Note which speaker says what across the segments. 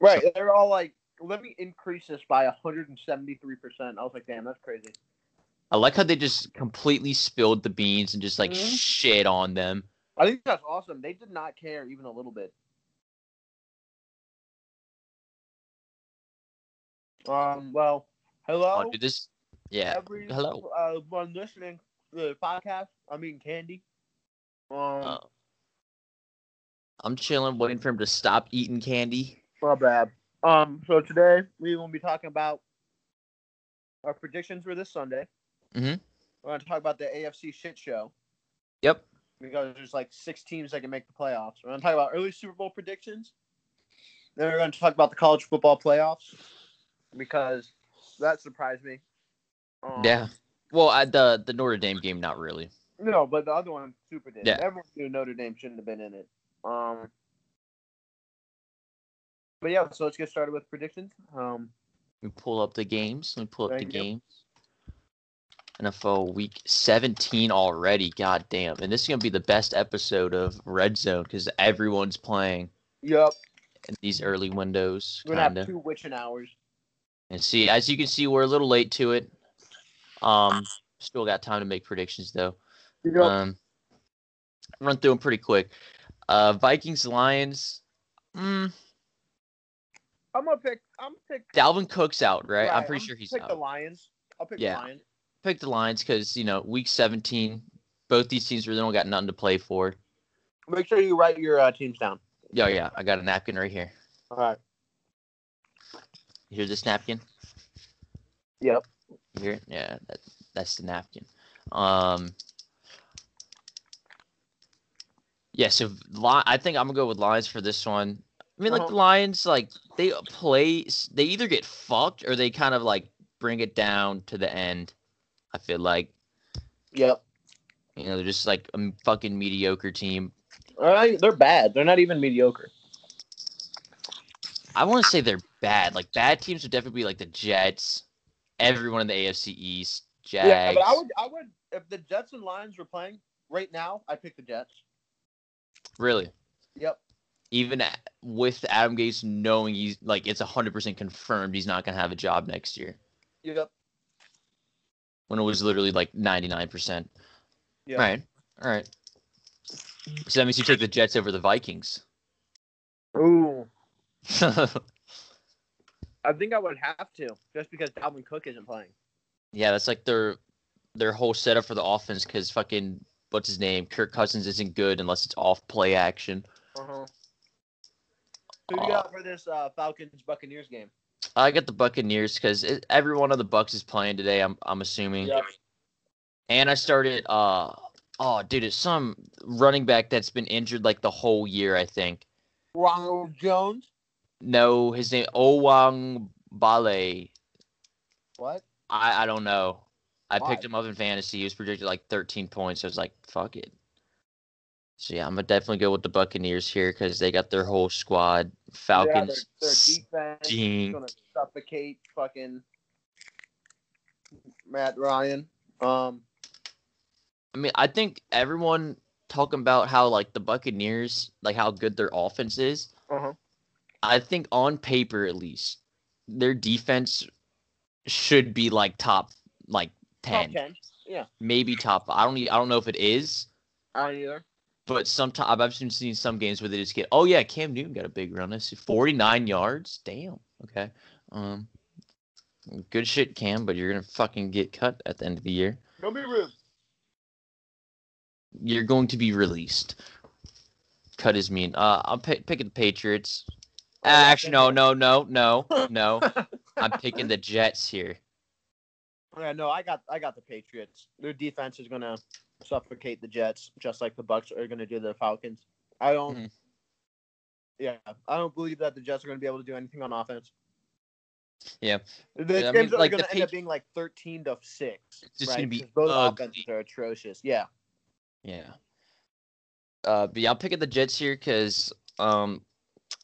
Speaker 1: Right. They're all like, let me increase this by 173%. I was like, damn, that's crazy.
Speaker 2: I like how they just completely spilled the beans and just like
Speaker 1: Mhm.
Speaker 2: shit on them.
Speaker 1: I think that's awesome. They did not care even a little bit. Um, well, hello,
Speaker 2: Oh, dude, this. Yeah.
Speaker 1: everyone
Speaker 2: hello.
Speaker 1: uh, one listening to the podcast. I'm eating candy. Um,
Speaker 2: Uh, I'm chilling, waiting for him to stop eating candy.
Speaker 1: My bad. Um, so today we will be talking about our predictions for this Sunday.
Speaker 2: Mhm.
Speaker 1: We're going to talk about the AFC shit show
Speaker 2: Yep.
Speaker 1: because there's like six teams that can make the playoffs. We're going to talk about early Super Bowl predictions. Then we're going to talk about the college football playoffs because that surprised me. Um,
Speaker 2: Yeah. Well, I, the the Notre Dame game, not really.
Speaker 1: No, but the other one super did.
Speaker 2: Yeah.
Speaker 1: Everyone knew Notre Dame shouldn't have been in it. Um. But yeah, so let's get started with predictions. Um.
Speaker 2: Let me pull up the games. Let me pull up the
Speaker 1: Thank you.
Speaker 2: games. NFL Week 17 already. God damn! And this is gonna be the best episode of Red Zone because everyone's playing
Speaker 1: Yep.
Speaker 2: in these early windows,
Speaker 1: We're gonna
Speaker 2: kind
Speaker 1: have
Speaker 2: of.
Speaker 1: two witching hours.
Speaker 2: And see, as you can see, we're a little late to it. Um, still got time to make predictions though. Um, run through them pretty quick. Uh, Vikings Lions. Mm,
Speaker 1: I'm gonna pick. I'm gonna pick.
Speaker 2: Dalvin Cook's out, right? I'm
Speaker 1: Right,
Speaker 2: pretty
Speaker 1: I'm
Speaker 2: sure he's
Speaker 1: pick
Speaker 2: out.
Speaker 1: the Lions. I'll pick
Speaker 2: Yeah.
Speaker 1: the Lions.
Speaker 2: pick the Lions because you know week 17, both these teams really don't got nothing to play for.
Speaker 1: Make sure you write your uh, teams down.
Speaker 2: Yeah, yeah, I got a napkin right here.
Speaker 1: All right.
Speaker 2: You hear this napkin?
Speaker 1: Yep.
Speaker 2: You hear it? Yeah, that, that's the napkin. Um. Yeah, so Li- I think I'm gonna go with Lions for this one. I mean, like
Speaker 1: Uh-huh.
Speaker 2: the Lions, like they play, they either get fucked or they kind of like bring it down to the end. I feel like
Speaker 1: Yep.
Speaker 2: you know they're just like a fucking mediocre team.
Speaker 1: All right. They're bad. They're not even mediocre.
Speaker 2: I want to say they're bad. Like bad teams would definitely be like the Jets, everyone in the AFC East, Jags.
Speaker 1: Yeah, but I would. I would. If the Jets and Lions were playing right now, I'd pick the Jets.
Speaker 2: really,
Speaker 1: Yep.
Speaker 2: even a- with Adam Gase knowing he's like it's hundred percent confirmed he's not gonna have a job next year,
Speaker 1: Yep.
Speaker 2: when it was literally like ninety nine percent.
Speaker 1: Yeah.
Speaker 2: Right. All right. So that means you took the Jets over the Vikings.
Speaker 1: Ooh.
Speaker 2: yeah,
Speaker 1: I think I would have to just because Dalvin Cook isn't playing.
Speaker 2: that's like their their whole setup for the offense because fucking what's his name, Kirk Cousins isn't good unless it's off play action.
Speaker 1: Uh huh. Who do you got for this uh, Falcons Buccaneers game?
Speaker 2: I got the Buccaneers because every one of the Bucks is playing today. I'm I'm assuming.
Speaker 1: Yep.
Speaker 2: And I started. Uh oh, dude, it's some running back that's been injured like the whole year. I think.
Speaker 1: Ronald Jones.
Speaker 2: No, his name Owang Bale.
Speaker 1: What?
Speaker 2: I I don't know. I
Speaker 1: Why?
Speaker 2: picked him up in fantasy. He was projected like 13 points. I was like, fuck it. So yeah, I'm gonna definitely go with the Buccaneers here because they got their whole squad. Falcons.
Speaker 1: Yeah, their, their defense is
Speaker 2: stink.
Speaker 1: gonna suffocate fucking Matt Ryan. Um,
Speaker 2: I mean, I think everyone talking about how like the Buccaneers, like how good their offense is.
Speaker 1: Uh-huh.
Speaker 2: I think on paper at least, their defense should be like top like
Speaker 1: top
Speaker 2: 10,
Speaker 1: ten. Yeah,
Speaker 2: maybe top. I don't e- I don't know if it is,
Speaker 1: I don't either.
Speaker 2: but sometimes I've seen- seen some games where they just get, "Oh yeah, Cam Newton got a big run. I see 49 yards. Damn. Okay. Um good shit Cam, but you're going to fucking get cut at the end of the year.
Speaker 1: Don't be rude.
Speaker 2: you're going to be released. Cut is mean. Uh, I'm pi- picking the Patriots.
Speaker 1: Oh,
Speaker 2: Uh, actually, no, no, no, no, no. I'm picking the Jets here.
Speaker 1: Yeah, no, I got I got the Patriots. Their defense is gonna suffocate the Jets, just like the Bucks are gonna do the Falcons. I don't.
Speaker 2: Mhm.
Speaker 1: Yeah, I don't believe that the Jets are gonna be able to do anything on offense.
Speaker 2: Yeah.
Speaker 1: the
Speaker 2: Yeah, I
Speaker 1: games
Speaker 2: mean,
Speaker 1: are
Speaker 2: like, the
Speaker 1: gonna end
Speaker 2: Patri-
Speaker 1: up being like thirteen to six.
Speaker 2: It's just
Speaker 1: right?
Speaker 2: gonna be
Speaker 1: 'Cause both
Speaker 2: ugly.
Speaker 1: offenses are atrocious. Yeah,
Speaker 2: Yeah. Uh, but yeah, I'm picking the Jets here because um,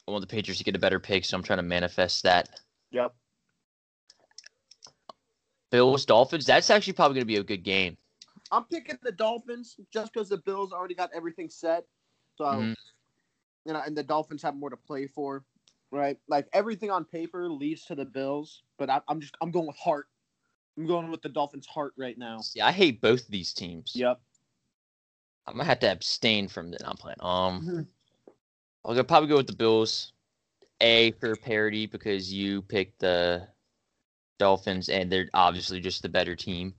Speaker 2: I want the Patriots to get a better pick, so I'm trying to manifest that.
Speaker 1: yep.
Speaker 2: Bills, Dolphins. That's actually probably gonna be a good game.
Speaker 1: I'm picking the Dolphins just because the Bills already got everything set. So,
Speaker 2: Mhm.
Speaker 1: you know, and the Dolphins have more to play for. right? Like everything on paper leads to the Bills, but I, I'm just I'm going with heart. I'm going with the Dolphins' heart right now.
Speaker 2: See, I hate both of these teams.
Speaker 1: Yep.
Speaker 2: I'm gonna have to abstain from that. I'm playing. Um, I'll go, probably go with the Bills. A for parity because you picked the Dolphins and they're obviously just the better team.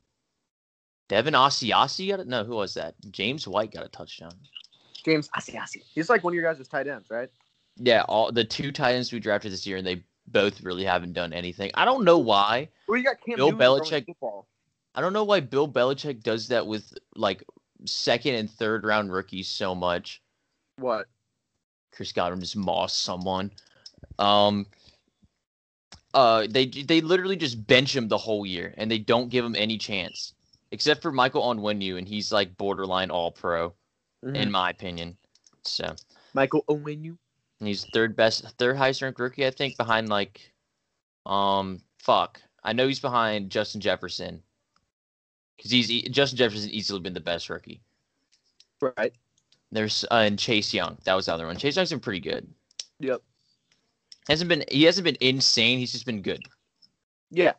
Speaker 2: Devin Asiasi got it. No, who was that? James White got a touchdown.
Speaker 1: James Asiasi. He's like one of your guys' tight ends, right?
Speaker 2: Yeah, all the two tight ends we drafted this year, and they both really haven't done anything. I don't know why.
Speaker 1: Well, you got Cam
Speaker 2: Bill
Speaker 1: Newton throwing
Speaker 2: Belichick-
Speaker 1: Football.
Speaker 2: I don't know why Bill Belichick does that with like second and third round rookies so much.
Speaker 1: What?
Speaker 2: Chris Godwin just moss someone. Um, uh, they they literally just bench him the whole year, and they don't give him any chance, except for Michael Onwenu, and he's like borderline All Pro
Speaker 1: Mm-hmm.
Speaker 2: in my opinion. So
Speaker 1: Michael Owenu.
Speaker 2: and he's third best, third highest ranked rookie, I think, behind like, um, fuck, I know he's behind Justin Jefferson, because he's e- Justin Jefferson easily been the best rookie.
Speaker 1: Right.
Speaker 2: There's uh, and Chase Young, that was the other one. Chase Young's been pretty good.
Speaker 1: Yep.
Speaker 2: Hasn't been he hasn't been insane. He's just been good,
Speaker 1: Yeah.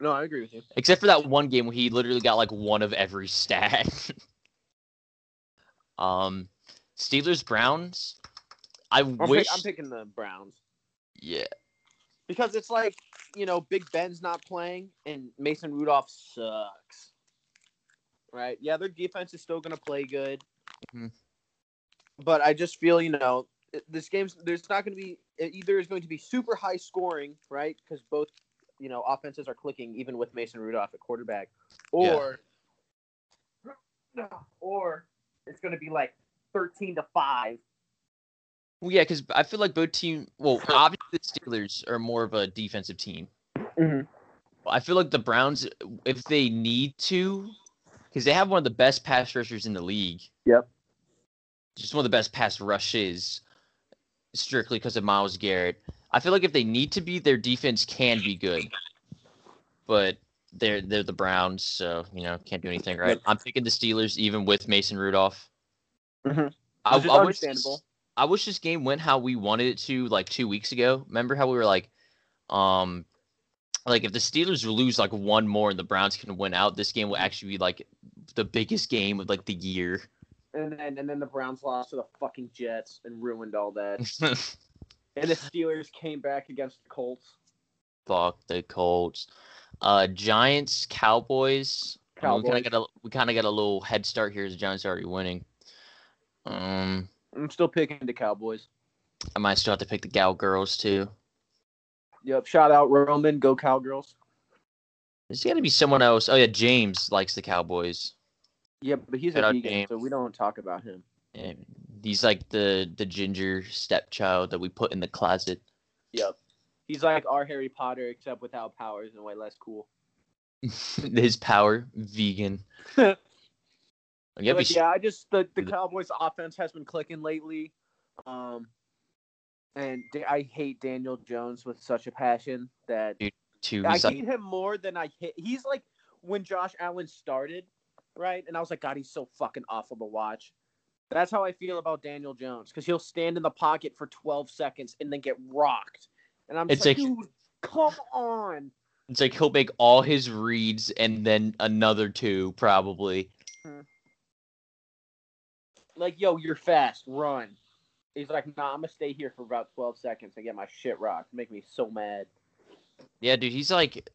Speaker 1: No, I agree with you.
Speaker 2: except for that one game where he literally got like one of every stat. um, Steelers Browns. I
Speaker 1: I'm,
Speaker 2: wish.
Speaker 1: pick- I'm picking the Browns
Speaker 2: yeah.
Speaker 1: because it's like you know Big Ben's not playing and Mason Rudolph sucks. Right? Yeah, their defense is still going to play good,
Speaker 2: Mhm.
Speaker 1: but I just feel you know it- this game's there's not going to be it either is going to be super high scoring, right? Because both you know offenses are clicking even with Mason Rudolph at quarterback, or or it's going to be like thirteen to five.
Speaker 2: Well, yeah, because I feel like both team. Well, obviously the Steelers are more of a defensive team.
Speaker 1: Mm-hmm.
Speaker 2: I feel like the Browns, if they need to, because they have one of the best pass rushers in the league.
Speaker 1: Yep.
Speaker 2: Just one of the best pass rushes, strictly because of Miles Garrett. I feel like if they need to be, their defense can be good, but they're they're the Browns, so you know can't do anything right.
Speaker 1: Yep.
Speaker 2: I'm picking the Steelers, even with Mason Rudolph.
Speaker 1: Mhm.
Speaker 2: I,
Speaker 1: Which is
Speaker 2: I wish
Speaker 1: understandable.
Speaker 2: I wish this game went how we wanted it to like two weeks ago. Remember how we were like, um, like if the Steelers lose like one more and the Browns can win out, this game will actually be like the biggest game of like the year.
Speaker 1: And then and then the Browns lost to the fucking Jets and ruined all that. and the Steelers came back against the Colts.
Speaker 2: Fuck the Colts, uh, Giants, Cowboys. I mean, we kind
Speaker 1: Cowboys.
Speaker 2: of got a we kind of got a little head start here. as The Giants are already winning. Um,
Speaker 1: I'm still picking the Cowboys.
Speaker 2: I might still have to pick the Gal Girls too.
Speaker 1: Yep. Shout out Roman. Go Cowgirls.
Speaker 2: There's got to be someone else. Oh yeah, James likes the Cowboys.
Speaker 1: Yep, but he's
Speaker 2: Shout
Speaker 1: a
Speaker 2: out
Speaker 1: vegan,
Speaker 2: James.
Speaker 1: so we don't talk about him.
Speaker 2: And Eh, he's like the the ginger stepchild that we put in the closet.
Speaker 1: Yep. He's like our Harry Potter, except without powers and way less cool.
Speaker 2: His power, vegan.
Speaker 1: But,
Speaker 2: Yeah,
Speaker 1: like, yeah, I just the, the
Speaker 2: The-
Speaker 1: Cowboys offense has been clicking lately. Um and da- I hate Daniel Jones with such a passion that
Speaker 2: too.
Speaker 1: I
Speaker 2: He's like,
Speaker 1: hate him more than I hate. He's like when Josh Allen started, right? And I was like, God, he's so fucking awful to watch. That's how I feel about Daniel Jones because he'll stand in the pocket for 12 seconds and then get rocked. And I'm just like,
Speaker 2: It's like-
Speaker 1: dude, come on.
Speaker 2: it's like he'll make all his reads and then another two probably.
Speaker 1: Like, yo, you're fast, run. He's like, nah, I'm gonna stay here for about 12 seconds and get my shit rocked. Make me so mad.
Speaker 2: Yeah, dude, he's like.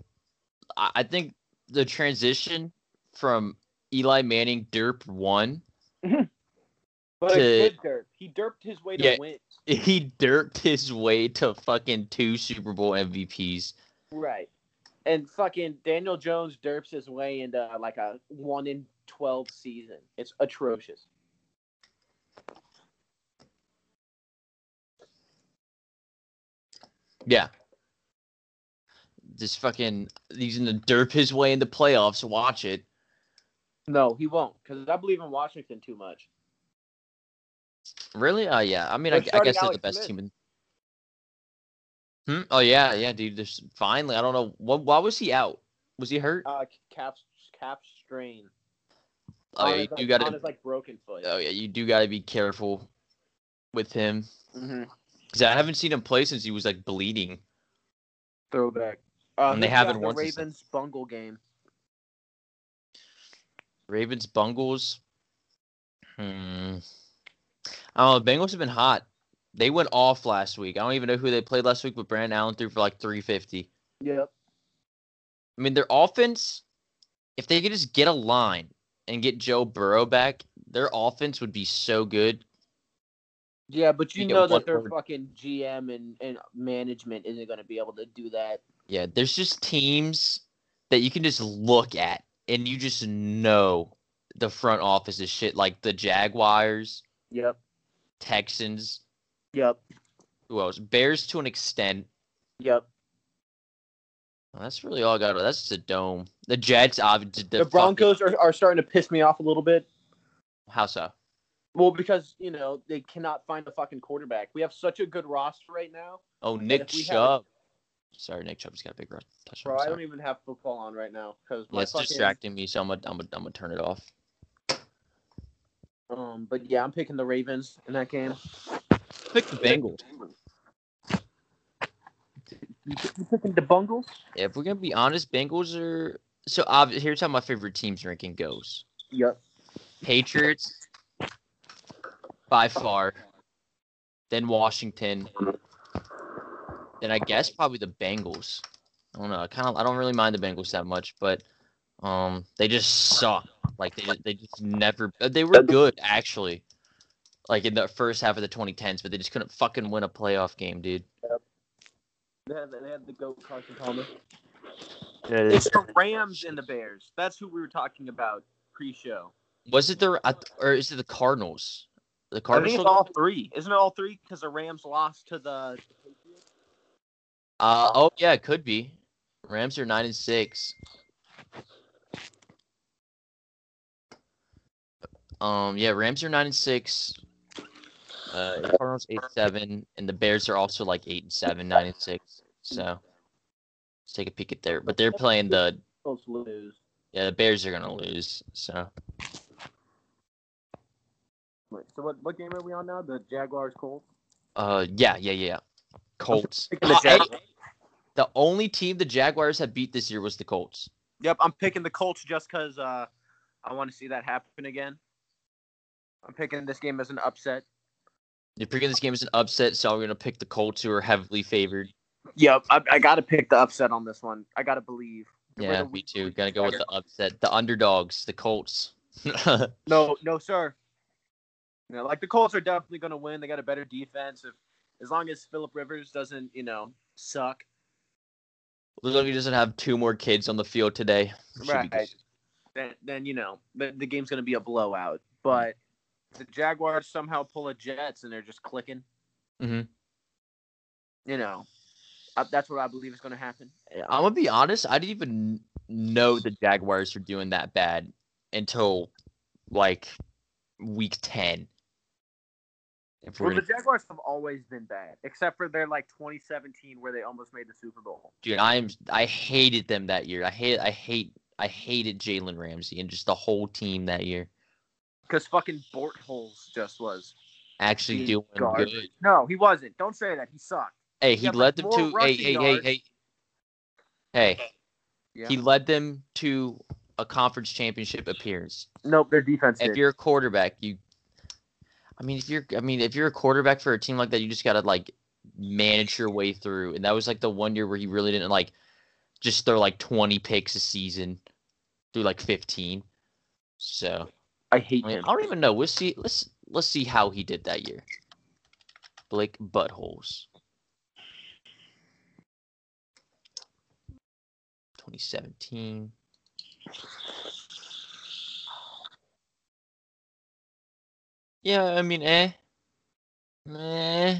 Speaker 2: I I think the transition from Eli Manning derp one,
Speaker 1: But
Speaker 2: To-
Speaker 1: a good derp. He derped his way to
Speaker 2: Yeah.
Speaker 1: win.
Speaker 2: he derped his way to fucking two Super Bowl MVPs.
Speaker 1: Right. And fucking Daniel Jones derps his way into uh, like a one in twelve season. It's atrocious.
Speaker 2: Yeah. Just fucking, he's gonna derp his way into playoffs. Watch it.
Speaker 1: No, he won't, because I believe in Washington too much.
Speaker 2: Really? Oh yeah. I mean, I,
Speaker 1: They're
Speaker 2: I
Speaker 1: starting
Speaker 2: guess they're the
Speaker 1: Alex
Speaker 2: best
Speaker 1: Smith.
Speaker 2: team. In... Hmm? Oh yeah, yeah, dude. There's finally. I don't know. What, why was he out? Was he hurt?
Speaker 1: Uh, cap cap strain.
Speaker 2: oh
Speaker 1: On
Speaker 2: yeah, you
Speaker 1: his, like,
Speaker 2: do gotta.
Speaker 1: on his, like broken foot.
Speaker 2: Oh yeah, you do gotta be careful with him.
Speaker 1: Mhm.
Speaker 2: Because I haven't seen him play since he was like bleeding.
Speaker 1: Throwback. Uh,
Speaker 2: And they
Speaker 1: who's got
Speaker 2: haven't once
Speaker 1: the
Speaker 2: this-
Speaker 1: Ravens bungle game.
Speaker 2: Ravens, Bungles. Hmm. I don't know. Bengals have been hot. They went off last week. I don't even know who they played last week, but Brandon Allen threw for like 350.
Speaker 1: Yep.
Speaker 2: I mean, their offense, if they could just get a line and get Joe Burrow back, their offense would be so good.
Speaker 1: Yeah, but you
Speaker 2: You get
Speaker 1: know
Speaker 2: one
Speaker 1: that their
Speaker 2: word.
Speaker 1: fucking GM and, and management isn't going to be able to do that.
Speaker 2: Yeah, there's just teams that you can just look at and you just know the front office is shit like the Jaguars,
Speaker 1: Yep.
Speaker 2: Texans,
Speaker 1: Yep.
Speaker 2: who else? Bears to an extent.
Speaker 1: Yep.
Speaker 2: Well, that's really all I got. That's the dome. The Jets, obviously.
Speaker 1: The,
Speaker 2: The,
Speaker 1: Broncos are, are starting to piss me off a little bit.
Speaker 2: Fucking, how so?
Speaker 1: Well, because, you know, they cannot find a fucking quarterback. We have such a good roster right now.
Speaker 2: Oh, Nick
Speaker 1: if we had-
Speaker 2: Chubb. Sorry, Nick Chubb's got a big run. Touchdown.
Speaker 1: Bro, I
Speaker 2: sorry.
Speaker 1: don't even have football on right now because
Speaker 2: Yeah,
Speaker 1: my
Speaker 2: it's
Speaker 1: fucking.
Speaker 2: distracting me, so I'm gonna I'm gonna- I'm gonna turn it off.
Speaker 1: Um, but yeah, I'm picking the Ravens in that game.
Speaker 2: Pick the Bengals.
Speaker 1: You pick- you picking the Bungles?
Speaker 2: If we're gonna be honest, Bengals are so obvious. Here's how my favorite teams ranking goes:
Speaker 1: Yep.
Speaker 2: Patriots by far, then Washington, then I guess probably the Bengals. I don't know. I kind of I don't really mind the Bengals that much, but um, they just suck. Like they they just never uh, they were good actually, like in the first half of the 2010s, but they just couldn't fucking win a playoff game, dude.
Speaker 1: They had, they had the GOAT Carson Palmer.
Speaker 2: It's
Speaker 1: It's the Rams and the Bears. That's who we were talking about pre-show.
Speaker 2: Was it the I th- or is it the Cardinals?
Speaker 1: I
Speaker 2: The
Speaker 1: think
Speaker 2: Cardinals.
Speaker 1: it's
Speaker 2: still-
Speaker 1: all three. Isn't it all three? Because the Rams lost to the.
Speaker 2: uh, oh yeah, it could be. Rams are nine and six. Um yeah, Rams are nine and six. Uh, the Cardinals eight and seven, and the Bears are also like eight and seven, nine and six. So let's take a peek at there. But they're playing the
Speaker 1: Supposed to lose.
Speaker 2: yeah the Bears are gonna lose. So
Speaker 1: Wait, so what? What game are we on now? The Jaguars Colts.
Speaker 2: uh yeah yeah yeah. Colts.
Speaker 1: Picking the Jag-
Speaker 2: the only team the Jaguars have beat this year was the Colts.
Speaker 1: Yep, I'm picking the Colts just because uh, I want to see that happen again. I'm picking this game as an upset.
Speaker 2: You're picking this game as an upset, so I'm going to pick the Colts, who are heavily favored.
Speaker 1: Yep, I, I got to pick the upset on this one. I got to believe. Get rid
Speaker 2: Yeah,
Speaker 1: of
Speaker 2: me
Speaker 1: weak
Speaker 2: too.
Speaker 1: links.
Speaker 2: Going to go with the upset. The underdogs, the Colts. yeah,
Speaker 1: No, no, sir. You know, like the Colts are definitely going to win. They got a better defense if, as long as Philip Rivers doesn't, you know, suck.
Speaker 2: he doesn't have two more kids on the field today. Should be good.
Speaker 1: Right. Then, then you know, the, the game's going to be a blowout. But the Jaguars somehow pull a Jets and they're just clicking. Mm-hmm.
Speaker 2: Mhm.
Speaker 1: You know, I, that's what I believe is going to happen.
Speaker 2: I'm going to be honest. I didn't even know the Jaguars were doing that bad until like week 10. If we're
Speaker 1: Well, the
Speaker 2: gonna,
Speaker 1: Jaguars have always been bad, except for their like 2017 where they almost made the Super Bowl.
Speaker 2: dude, I'm I hated them that year. I hate I hate I hated Jalen Ramsey and just the whole team that year.
Speaker 1: Because fucking Bort Holes just was
Speaker 2: Actually
Speaker 1: He's
Speaker 2: doing
Speaker 1: garbage.
Speaker 2: good.
Speaker 1: No, he wasn't. Don't say that. He sucked.
Speaker 2: Hey, he
Speaker 1: Yeah, but
Speaker 2: led them
Speaker 1: more
Speaker 2: to. Hey,
Speaker 1: rushing
Speaker 2: hey, hey,
Speaker 1: yards.
Speaker 2: hey, hey.
Speaker 1: Yeah.
Speaker 2: He led them to a conference championship appearance.
Speaker 1: Nope, their defense
Speaker 2: If you're a quarterback, you. I mean, if you're, I mean, if you're a quarterback for a team like that, you just gotta like manage your way through. And that was like the one year where he really didn't like just throw like 20 picks a season, through like 15. So
Speaker 1: I hate
Speaker 2: I, mean,
Speaker 1: him.
Speaker 2: I don't even know. We'll see. Let's let's see how he did that year. Blake buttholes. 2017. Yeah, I mean, eh, eh.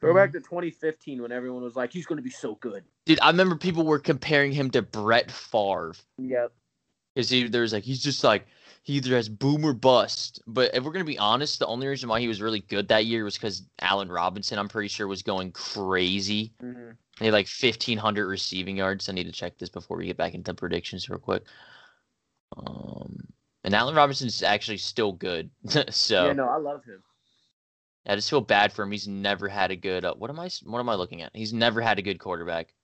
Speaker 1: Go back to 2015 when everyone was like, he's going to be so good.
Speaker 2: Dude, I remember people were comparing him to Brett Favre.
Speaker 1: Yep.
Speaker 2: Because he there's like he's just like he either has boom or bust. But if we're gonna be honest, the only reason why he was really good that year was because Allen Robinson, I'm pretty sure, was going crazy.
Speaker 1: Mm-hmm.
Speaker 2: He had like 1,500 receiving yards. I need to check this before we get back into predictions real quick. Um, and Allen Robinson's actually still good. so
Speaker 1: Yeah, no, I love him.
Speaker 2: I just feel bad for him. He's never had a good. Uh, what am I? What am I looking at? He's never had a good quarterback.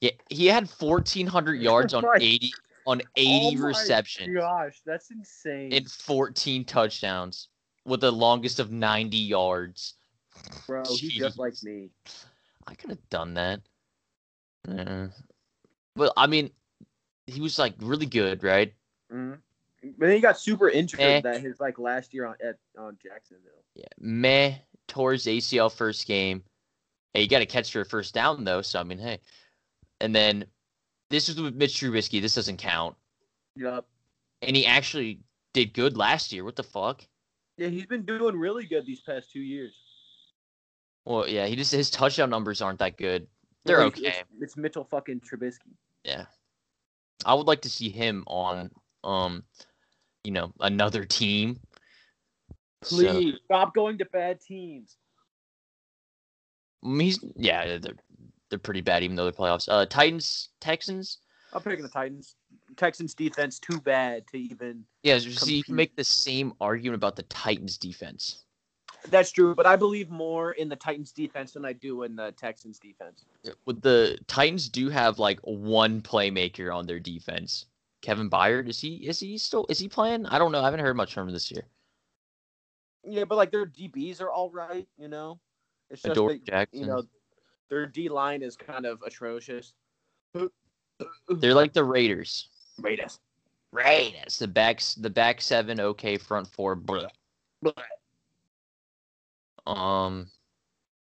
Speaker 2: Yeah, he had 1,400 yards on
Speaker 1: Right.
Speaker 2: 80 on 80
Speaker 1: Oh my
Speaker 2: receptions
Speaker 1: Gosh, that's insane,
Speaker 2: and 14 touchdowns with the longest of 90 yards.
Speaker 1: bro. He's just
Speaker 2: Jeez.
Speaker 1: like me.
Speaker 2: I could have done that. Uh, but I mean, he was like really good, right?
Speaker 1: Mhm. But then he got super injured
Speaker 2: Eh.
Speaker 1: that his like last year on at on Jacksonville.
Speaker 2: Yeah. Meh tore his ACL first game. Hey, you got to catch for a first down though. So I mean, hey, and then this is with Mitch Trubisky. This doesn't count.
Speaker 1: Yup.
Speaker 2: And he actually did good last year. What the fuck?
Speaker 1: Yeah, he's been doing really good these past two years.
Speaker 2: Well, yeah, he just his touchdown numbers aren't that good. They're
Speaker 1: It's-
Speaker 2: okay.
Speaker 1: It's, it's Mitchell fucking Trubisky.
Speaker 2: Yeah. I would like to see him on um you know, another team. So-
Speaker 1: Please stop going to bad teams.
Speaker 2: I mean, he's yeah, they're they're pretty bad even though they're playoffs. Uh Titans, Texans.
Speaker 1: I'm picking the Titans. Texans defense too bad to even.
Speaker 2: Yeah, you see you can
Speaker 1: Compete.
Speaker 2: make the same argument about the Titans defense.
Speaker 1: That's true, but I believe more in the Titans defense than I do in the Texans defense.
Speaker 2: With the Titans do have like one playmaker on their defense. Kevin Byard, is he is he still is he playing? I don't know. I haven't heard much from him this year.
Speaker 1: Yeah, but like their DBs are all right, you know. It's just
Speaker 2: Adore
Speaker 1: that,
Speaker 2: Jackson.
Speaker 1: you know, their D line is kind of atrocious.
Speaker 2: They're like the Raiders.
Speaker 1: Raiders.
Speaker 2: Raiders. The backs the back seven okay, front four bleh. Um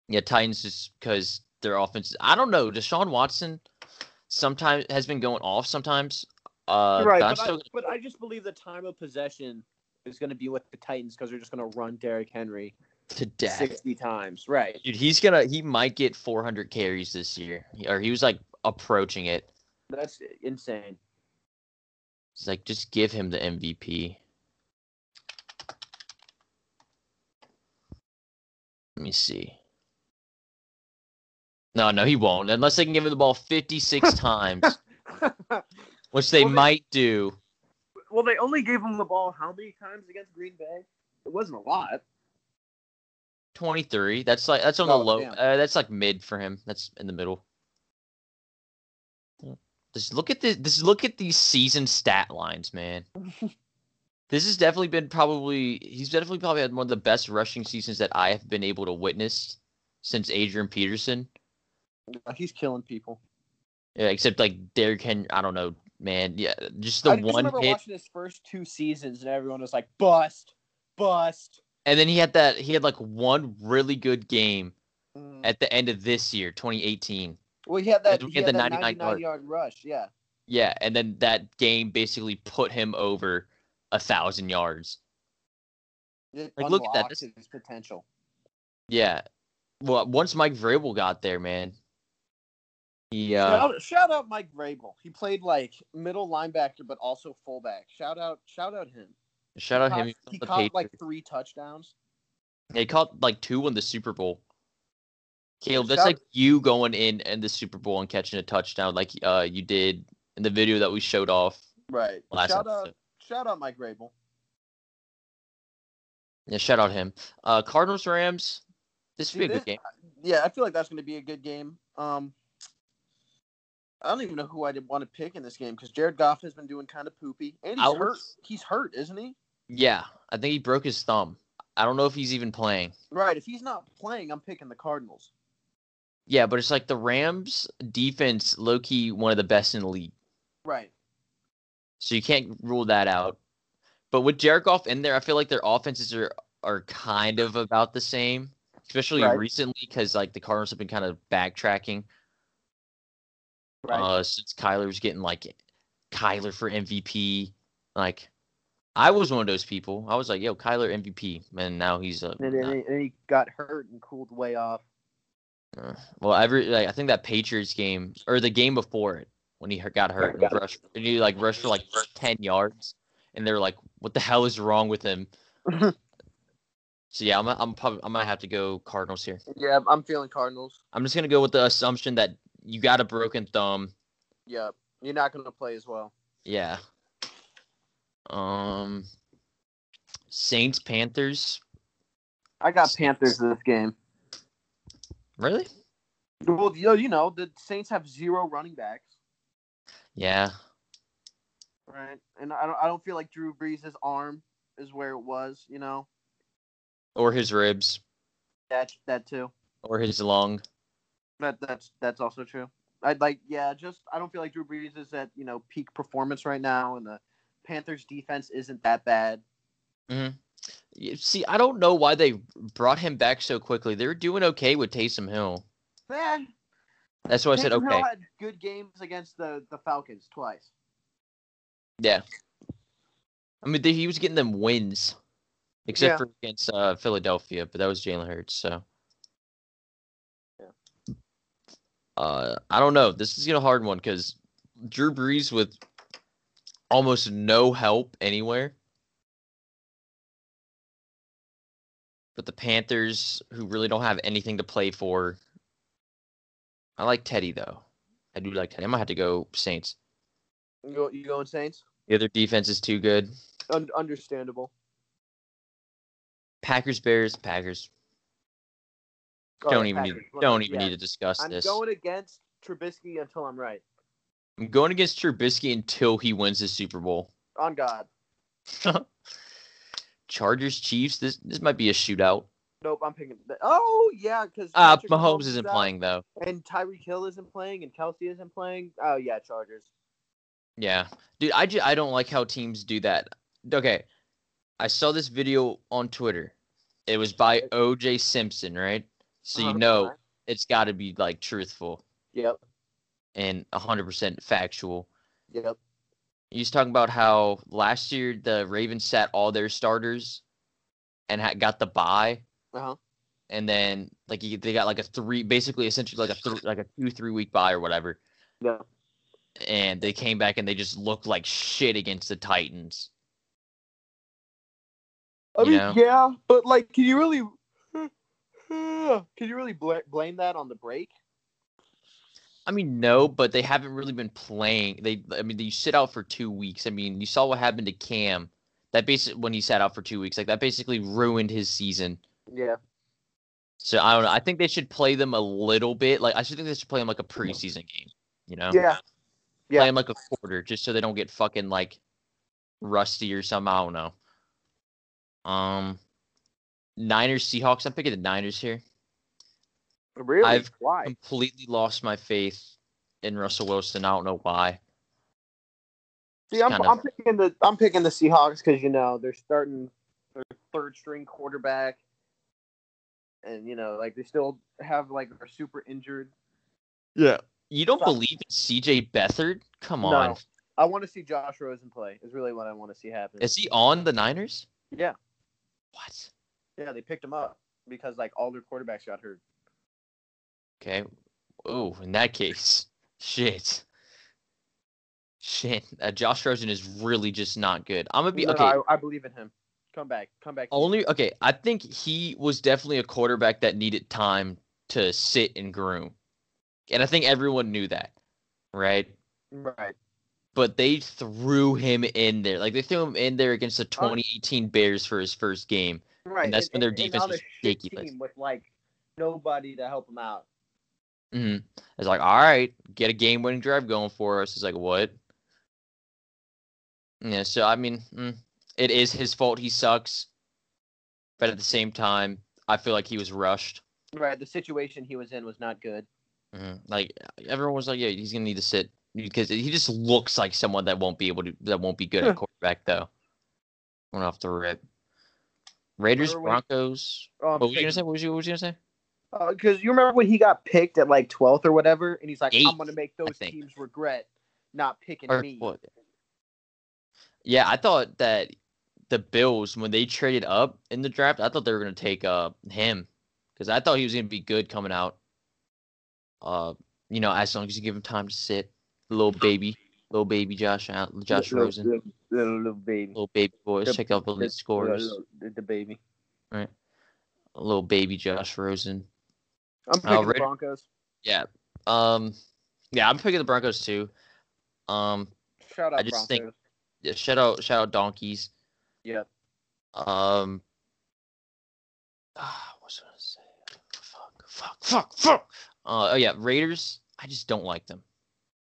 Speaker 2: yeah, Titans just because their offense I don't know, Deshaun Watson sometimes has been going off sometimes. Uh
Speaker 1: right,
Speaker 2: but I'm
Speaker 1: but, I,
Speaker 2: still
Speaker 1: but I just believe the time of possession is going to be with the Titans because they're just going to run Derrick Henry
Speaker 2: to death.
Speaker 1: 60 times. Right.
Speaker 2: Dude, he's gonna he might get four hundred carries this year. Or he was like approaching it.
Speaker 1: That's insane.
Speaker 2: It's like just give him the MVP. Let me see. No, no, he won't. Unless they can give him the ball 56 times, which they
Speaker 1: Well, they-
Speaker 2: might do.
Speaker 1: well, they only gave him the ball how many times against Green Bay? It wasn't a lot.
Speaker 2: 23. That's like that's on the
Speaker 1: Oh,
Speaker 2: low.
Speaker 1: damn.
Speaker 2: Uh, that's like mid for him. That's in the middle. Just look at this. Just look at these season stat lines, man. this has definitely been probably he's definitely probably had one of the best rushing seasons that I have been able to witness since Adrian Peterson.
Speaker 1: He's killing people.
Speaker 2: Yeah, except like Derrick Henry. I don't know, man. Yeah, just the
Speaker 1: I just
Speaker 2: one
Speaker 1: remember
Speaker 2: hit,
Speaker 1: watching his first two seasons, and everyone was like, "Bust, bust."
Speaker 2: and then he had that. He had like one really good game
Speaker 1: Mm.
Speaker 2: at the end of this year, 2018.
Speaker 1: well, he had that.
Speaker 2: and we
Speaker 1: He
Speaker 2: had
Speaker 1: had
Speaker 2: the
Speaker 1: that
Speaker 2: 99
Speaker 1: 99
Speaker 2: yard-
Speaker 1: yard rush. Yeah.
Speaker 2: Yeah, and then that game basically put him over a thousand yards.
Speaker 1: It
Speaker 2: Like, look at that.
Speaker 1: unlocked His potential.
Speaker 2: Yeah. Well, once Mike Vrabel got there, man. uh, Yeah.
Speaker 1: Shout, shout out Mike Vrabel. He played like middle linebacker, but also fullback. Shout out, shout out him.
Speaker 2: shout out him.
Speaker 1: He
Speaker 2: He,
Speaker 1: caught, he
Speaker 2: the
Speaker 1: caught like
Speaker 2: Patriots.
Speaker 1: three touchdowns.
Speaker 2: They caught like two in the Super Bowl. Caleb, that's
Speaker 1: Shout-
Speaker 2: like you going in in the Super Bowl and catching a touchdown, like uh you did in the video that we showed off
Speaker 1: Right.
Speaker 2: last
Speaker 1: shout
Speaker 2: episode.
Speaker 1: out, shout out Mike Vrabel.
Speaker 2: Yeah, shout out him. Uh Cardinals Rams. This would be a
Speaker 1: Dude,
Speaker 2: good
Speaker 1: this-
Speaker 2: game.
Speaker 1: Yeah, I feel like that's going to be a good game. Um, I don't even know who I did want to pick in this game because Jared Goff has been doing kind of poopy, and he's
Speaker 2: I would-
Speaker 1: hurt. He's hurt, isn't he?
Speaker 2: Yeah, I think he broke his thumb. I don't know if he's even playing.
Speaker 1: Right. If he's not playing, I'm picking the Cardinals.
Speaker 2: Yeah, but it's like the Rams defense, low key, one of the best in the league.
Speaker 1: Right.
Speaker 2: So you can't rule that out. But with Jared Goff in there, I feel like their offenses are are kind of about the same, especially
Speaker 1: Right.
Speaker 2: recently because like the Cardinals have been kind of backtracking
Speaker 1: Right.
Speaker 2: uh, since Kyler was getting like Kyler for MVP. Like I was one of those people. I was like, "Yo, Kyler MVP," and now he's a.
Speaker 1: and, then he, and he got hurt and cooled way off.
Speaker 2: Uh, Well, every like, I think that Patriots game or the game before it when he hu- got hurt and rushed and he like rushed for like ten yards, and they're like, "What the hell is wrong with him?" so yeah, I'm I'm probably I might have to go Cardinals here.
Speaker 1: Yeah, I'm feeling Cardinals.
Speaker 2: I'm just gonna go with the assumption that you got a broken thumb.
Speaker 1: Yep. You're not going to play as well.
Speaker 2: Yeah. Um. Saints Panthers.
Speaker 1: I got Panthers in this game.
Speaker 2: Really?
Speaker 1: Well, you know, you know, the Saints have zero running backs,
Speaker 2: Yeah.
Speaker 1: right? And I don't, I don't feel like Drew Brees' arm is where it was. You know,
Speaker 2: Or his ribs,
Speaker 1: that that too.
Speaker 2: or his lung.
Speaker 1: That that's that's also true. I'd like, yeah, just I don't feel like Drew Brees is at you know peak performance right now, and the Panthers' defense isn't that bad.
Speaker 2: You see, I don't know why they brought him back so quickly. They're doing okay with Taysom Hill.
Speaker 1: Eh,
Speaker 2: That's why I said
Speaker 1: Taysom Hill
Speaker 2: okay.
Speaker 1: had good games against the the Falcons twice.
Speaker 2: Yeah. I mean, they- he was getting them wins, except
Speaker 1: Yeah.
Speaker 2: for against uh, Philadelphia, but that was Jalen Hurts. So,
Speaker 1: Yeah.
Speaker 2: uh, I don't know. This is gonna be a hard one because Drew Brees with almost no help anywhere, but the Panthers, who really don't have anything to play for. I like Teddy though. I do like Teddy. I might have to go Saints.
Speaker 1: You go, you going Saints?
Speaker 2: The other defense is too good.
Speaker 1: Un- understandable.
Speaker 2: Packers Bears Packers.
Speaker 1: Oh,
Speaker 2: don't
Speaker 1: yeah,
Speaker 2: even
Speaker 1: Packers,
Speaker 2: need,
Speaker 1: whatever,
Speaker 2: don't even
Speaker 1: yeah.
Speaker 2: need to discuss
Speaker 1: I'm
Speaker 2: this.
Speaker 1: going against Trubisky until I'm right.
Speaker 2: I'm going against Trubisky until he wins his Super Bowl.
Speaker 1: On God.
Speaker 2: Chargers Chiefs. This this might be a shootout.
Speaker 1: Nope, I'm picking. The, oh yeah, because
Speaker 2: Uh, Mahomes isn't playing though.
Speaker 1: and Tyreek Hill isn't playing, and Kelsey isn't playing. Oh yeah, Chargers.
Speaker 2: Yeah, dude. I ju- I don't like how teams do that. Okay, I saw this video on Twitter. It was by O.J. Simpson, right? So you
Speaker 1: Uh-huh,
Speaker 2: know
Speaker 1: alright.
Speaker 2: it's got to be like truthful
Speaker 1: Yep,
Speaker 2: and 100% factual.
Speaker 1: yep.
Speaker 2: He's talking about how last year the Ravens sat all their starters and ha- got the bye,
Speaker 1: Uh huh.
Speaker 2: and then like he, they got like a three, basically essentially like a th- like a two three week bye or whatever,
Speaker 1: Yeah.
Speaker 2: and they came back and they just looked like shit against the Titans.
Speaker 1: I
Speaker 2: You
Speaker 1: mean,
Speaker 2: know?
Speaker 1: yeah, but like, can you really, can you really bl- blame that on the break?
Speaker 2: I mean, no, but they haven't really been playing. They, I mean, you sit out for two weeks. I mean, you saw what happened to Cam. That basically when he sat out for two weeks, like that basically ruined his season.
Speaker 1: Yeah.
Speaker 2: So I don't know. I think they should play them a little bit. Like I should think they should play them like a preseason game. You know,
Speaker 1: Yeah.
Speaker 2: play
Speaker 1: yeah.
Speaker 2: them like a quarter, just so they don't get fucking like rusty or something. I don't know. Um, Niners Seahawks. I'm picking the Niners here.
Speaker 1: Really?
Speaker 2: I've-
Speaker 1: Why?
Speaker 2: Completely lost my faith in Russell Wilson. I don't know why.
Speaker 1: See, I'm,
Speaker 2: kind
Speaker 1: I'm
Speaker 2: of-
Speaker 1: picking the I'm picking the Seahawks because you know they're starting their third string quarterback, and you know like they still have like are super injured.
Speaker 2: Yeah. You don't
Speaker 1: Fuck.
Speaker 2: believe in CJ Beathard? Come
Speaker 1: No.
Speaker 2: on.
Speaker 1: I want to see Josh Rosen play. Is really what I want to see happen.
Speaker 2: Is he on the Niners?
Speaker 1: yeah,
Speaker 2: What?
Speaker 1: yeah, they picked him up because like all their quarterbacks got hurt.
Speaker 2: Okay. Oh, in that case, shit. Shit. Uh, Josh Rosen is really just not good. I'm gonna be
Speaker 1: No,
Speaker 2: okay.
Speaker 1: I, I believe in him. Come back, come back.
Speaker 2: Only okay. I think he was definitely a quarterback that needed time to sit and groom, and I think everyone knew that, right?
Speaker 1: right.
Speaker 2: But they threw him in there, like they threw him in there against the 2018 Bears for his first game.
Speaker 1: Right.
Speaker 2: that's when their defense
Speaker 1: now
Speaker 2: was
Speaker 1: they're shit
Speaker 2: ridiculous.
Speaker 1: Team with like nobody to help them out.
Speaker 2: hmm It's like, all right, get a game winning drive going for us. It's like, what? Yeah, so I mean, mm, it is his fault. He sucks. But at the same time, I feel like he was rushed.
Speaker 1: Right. The situation he was in was not good.
Speaker 2: Mhm. Like everyone was like, yeah, he's gonna need to sit because he just looks like someone that won't be able to that won't be good at quarterback though. Went off the rip. Raiders,
Speaker 1: Where were we?
Speaker 2: Broncos.
Speaker 1: Um,
Speaker 2: What was you gonna say? What was you, what was you gonna say?
Speaker 1: Because uh, you remember when he got picked at like 12th or whatever, and he's like,
Speaker 2: Eighth,
Speaker 1: I'm going to make
Speaker 2: I
Speaker 1: those
Speaker 2: think.
Speaker 1: teams regret not picking
Speaker 2: Or
Speaker 1: me.
Speaker 2: what? Yeah, I thought that the Bills when they traded up in the draft, I thought they were going to take uh him because I thought he was going to be good coming out. Uh, you know, as long as you give him time to sit, little baby, little baby Josh Allen, Josh
Speaker 1: Little-
Speaker 2: Rosen,
Speaker 1: Little, little, little baby.
Speaker 2: little baby boys,
Speaker 1: the-
Speaker 2: check out the lead scores,
Speaker 1: Little- little- the baby.
Speaker 2: little baby Josh Rosen.
Speaker 1: I'm picking the
Speaker 2: Raider-
Speaker 1: Broncos.
Speaker 2: Um, yeah, I'm picking the Broncos too. Um,
Speaker 1: Shout out
Speaker 2: I
Speaker 1: Broncos.
Speaker 2: just think- yeah, shout out, shout out donkeys.
Speaker 1: yeah.
Speaker 2: Um, ah, what's what I was gonna say? Fuck, fuck, fuck, fuck. Uh, oh yeah, Raiders. I just don't like them.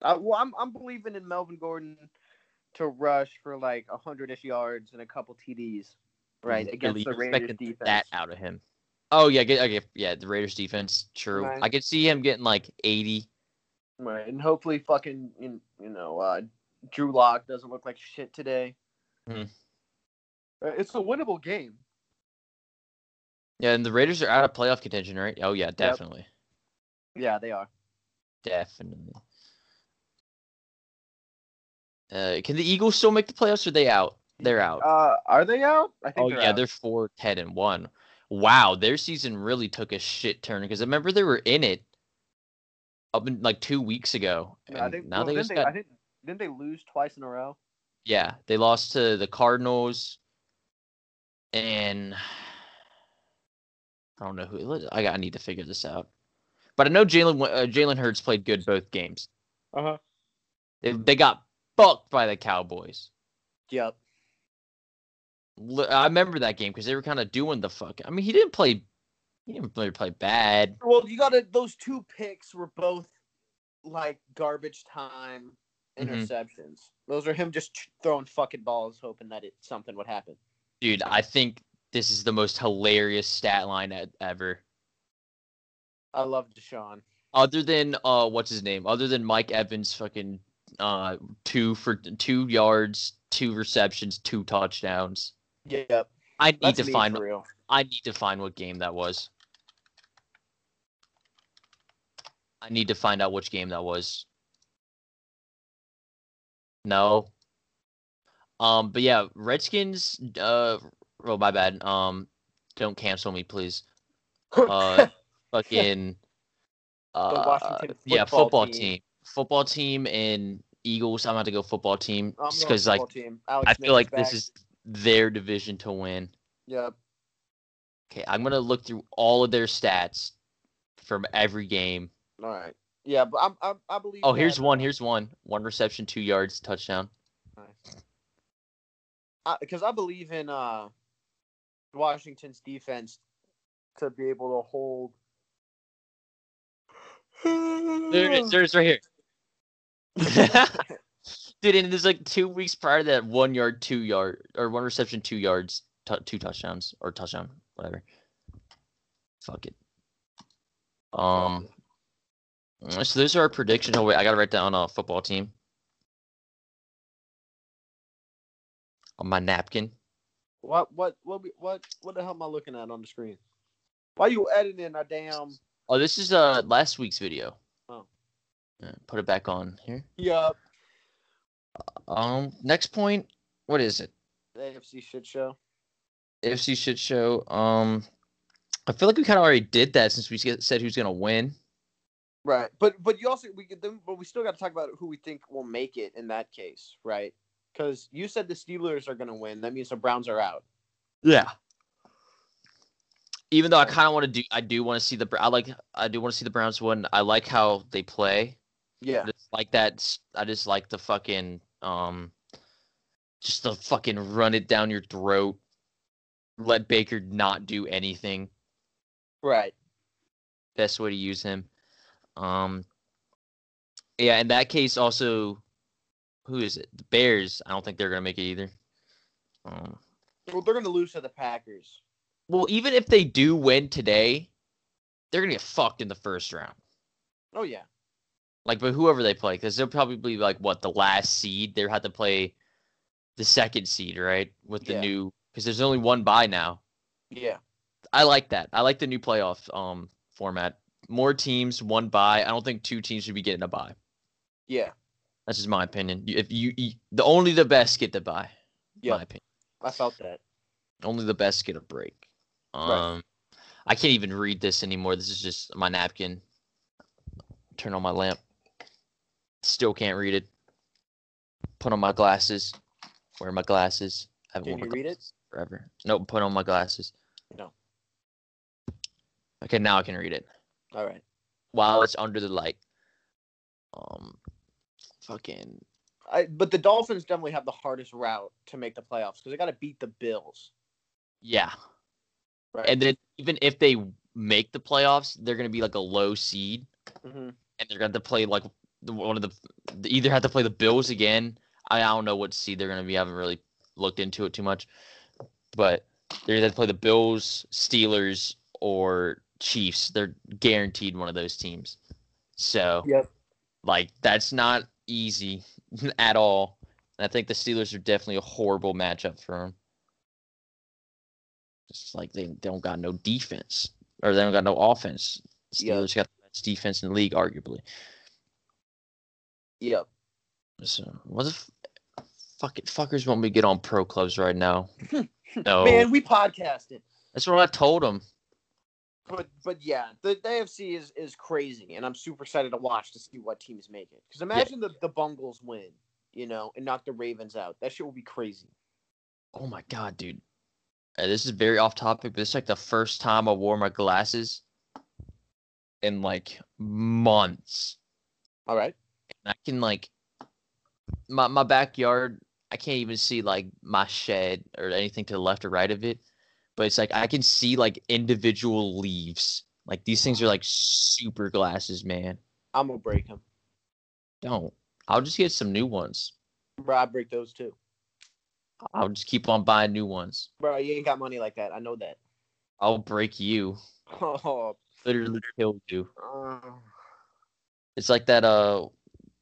Speaker 1: Uh, well, I'm I'm believing in Melvin Gordon to rush for like hundred ish yards and a couple TDs, right
Speaker 2: Really
Speaker 1: against the Raiders
Speaker 2: expected
Speaker 1: defense.
Speaker 2: That out of him. Oh yeah, get, okay, yeah. The Raiders defense. True.
Speaker 1: Right.
Speaker 2: I could see him getting like eighty.
Speaker 1: Right, and hopefully, fucking you, you know, uh, Drew Lock doesn't look like shit today.
Speaker 2: Hmm.
Speaker 1: Uh, It's a winnable game.
Speaker 2: Yeah, and the Raiders are out of playoff contention, right? Oh yeah, definitely,
Speaker 1: Yeah, they are.
Speaker 2: definitely. Uh, can the Eagles still make the playoffs? Or are they out? They're out.
Speaker 1: Uh, are they out? I think.
Speaker 2: Oh
Speaker 1: they're
Speaker 2: yeah,
Speaker 1: out.
Speaker 2: they're four, ten, and one. Wow, their season really took a shit turn because I remember they were in it up in like two weeks ago, and
Speaker 1: I think.
Speaker 2: now
Speaker 1: well,
Speaker 2: they
Speaker 1: didn't
Speaker 2: just
Speaker 1: they,
Speaker 2: got
Speaker 1: I think didn't they lose twice in a row?
Speaker 2: yeah they lost to the Cardinals, and I don't know who I got. I need to figure this out, but I know Jalen Wa- uh, Jalen Hurts played good both games.
Speaker 1: Uh huh.
Speaker 2: They they got fucked by the Cowboys.
Speaker 1: Yep.
Speaker 2: L- I remember that game because they were kind of doing the fuck. I mean, he didn't play. He didn't really play bad.
Speaker 1: Well, you got to those two picks were both like garbage time
Speaker 2: Mhm.
Speaker 1: interceptions. Those are him just ch- throwing fucking balls, hoping that it something would happen.
Speaker 2: Dude, I think this is the most hilarious stat line e- ever.
Speaker 1: I love Deshaun.
Speaker 2: Other than uh, what's his name? Other than Mike Evans, fucking uh, two for two yards, two receptions, two touchdowns.
Speaker 1: Yep.
Speaker 2: I need
Speaker 1: That's
Speaker 2: to
Speaker 1: me
Speaker 2: find.
Speaker 1: for real.
Speaker 2: I need to find what game that was. I need to find out which game that was. No. Um, but yeah, Redskins. Uh, oh my bad. Um, don't cancel me, please. Uh, fucking.
Speaker 1: the
Speaker 2: Uh,
Speaker 1: Washington football
Speaker 2: yeah, football
Speaker 1: team.
Speaker 2: team. football team and Eagles. I'm about to go football team
Speaker 1: I'm going
Speaker 2: because like
Speaker 1: football team. Alex
Speaker 2: I
Speaker 1: Smith
Speaker 2: feel like
Speaker 1: back.
Speaker 2: this is their division to win.
Speaker 1: Yep.
Speaker 2: Okay, I'm gonna look through all of their stats from every game.
Speaker 1: All right. Yeah, but I'm, I'm I believe.
Speaker 2: Oh, here's
Speaker 1: that,
Speaker 2: one. Here's one. One reception, two yards, touchdown.
Speaker 1: because I believe in uh, Washington's defense to be able to hold.
Speaker 2: There it is. There it is right here. Dude, and there's like two weeks prior to that, one yard, two yard, or one reception, two yards, t- two touchdowns, or touchdown, whatever. Fuck it. Um. So those are our predictions. Oh wait, I gotta write down a football team on my napkin.
Speaker 1: What what what we- what what the hell am I looking at on the screen? Why you editing our damn?
Speaker 2: Oh, this is uh last week's video.
Speaker 1: Oh.
Speaker 2: Yeah, Put it back on here.
Speaker 1: Yup.
Speaker 2: Um, next point. What is it?
Speaker 1: AFC shit show.
Speaker 2: AFC shit show. Um, I feel like we kind of already did that since we s- said who's gonna win.
Speaker 1: Right, but but you also we could then, but we still got to talk about who we think will make it in that case, right? Because you said the Steelers are going to win. That means the Browns are out.
Speaker 2: Yeah. Even though I kind of want to do, I do want to see the. Br- I like. I do want to see the Browns win. I like how they play.
Speaker 1: Yeah,
Speaker 2: Just Like that. s- I just like the fucking um, just the fucking run it down your throat. Let Baker not do anything.
Speaker 1: right.
Speaker 2: best way to use him. Um, yeah, in that case, also, who is it? The Bears. I don't think they're gonna make it either. Um,
Speaker 1: Well, they're going to lose to the Packers.
Speaker 2: well, even if they do win today, they're gonna get fucked in the first round.
Speaker 1: Oh yeah,
Speaker 2: Like, but whoever they play, because they'll probably be like what the last seed. They have to play the second seed, right? With the
Speaker 1: Yeah.
Speaker 2: new, because there's only one bye now.
Speaker 1: yeah.
Speaker 2: I like that. I like the new playoff um format. More teams, one bye. I don't think two teams should be getting a bye.
Speaker 1: Yeah,
Speaker 2: That's just my opinion. You- If you, you the only the best get to buy.
Speaker 1: Yeah.
Speaker 2: My opinion.
Speaker 1: I felt that.
Speaker 2: Only the best get a break. Um
Speaker 1: Right.
Speaker 2: I can't even read this anymore. This is just my napkin. Turn on my lamp. Still can't read it. Put on my glasses. Wear my glasses. I haven't
Speaker 1: Can
Speaker 2: worn
Speaker 1: you
Speaker 2: my
Speaker 1: read it?
Speaker 2: glasses forever. Nope, put on my glasses.
Speaker 1: No.
Speaker 2: Okay, now I can read it.
Speaker 1: All right.
Speaker 2: While it's under the light. Um fucking
Speaker 1: I, but the Dolphins definitely have the hardest route to make the playoffs because they got to beat the Bills.
Speaker 2: Yeah.
Speaker 1: Right.
Speaker 2: And then even if they make the playoffs, they're going to be like a low seed,
Speaker 1: hmm
Speaker 2: and they're going to play like the, one of the they either have to play the Bills again. I, I don't know what seed they're going to be. I haven't really looked into it too much, but they either have to play the Bills, Steelers, or Chiefs. They're guaranteed one of those teams. So
Speaker 1: Yep.
Speaker 2: like that's not easy at all. And I think the Steelers are definitely a horrible matchup for them. Just like they, they don't got no defense or they don't got no offense.
Speaker 1: Yeah.
Speaker 2: Steelers got the best defense in the league, arguably.
Speaker 1: Yep.
Speaker 2: So what the f- fucking fuckers want me to get on pro clubs right now? no,
Speaker 1: Man, we podcasted.
Speaker 2: that's what I told them.
Speaker 1: But but yeah, the, the AFC is is crazy, and I'm super excited to watch to see what teams make it. Because imagine the the Bungles win, you know, and knock the Ravens out. That shit will be crazy.
Speaker 2: Oh my god, dude. Uh, this is very off topic, but this is like the first time I wore my glasses in like months.
Speaker 1: All right.
Speaker 2: And I can like my my backyard, I can't even see like my shed or anything to the left or right of it. But it's like I can see like individual leaves. Like these things are like super glasses, man.
Speaker 1: I'm gonna break him.
Speaker 2: Don't. I'll just get some new ones.
Speaker 1: Bro, I break those too.
Speaker 2: I'll just keep on buying new ones.
Speaker 1: Bro, you ain't got money like that. I know that.
Speaker 2: I'll break you.
Speaker 1: Oh,
Speaker 2: Literally kill you.
Speaker 1: uh,
Speaker 2: It's like that uh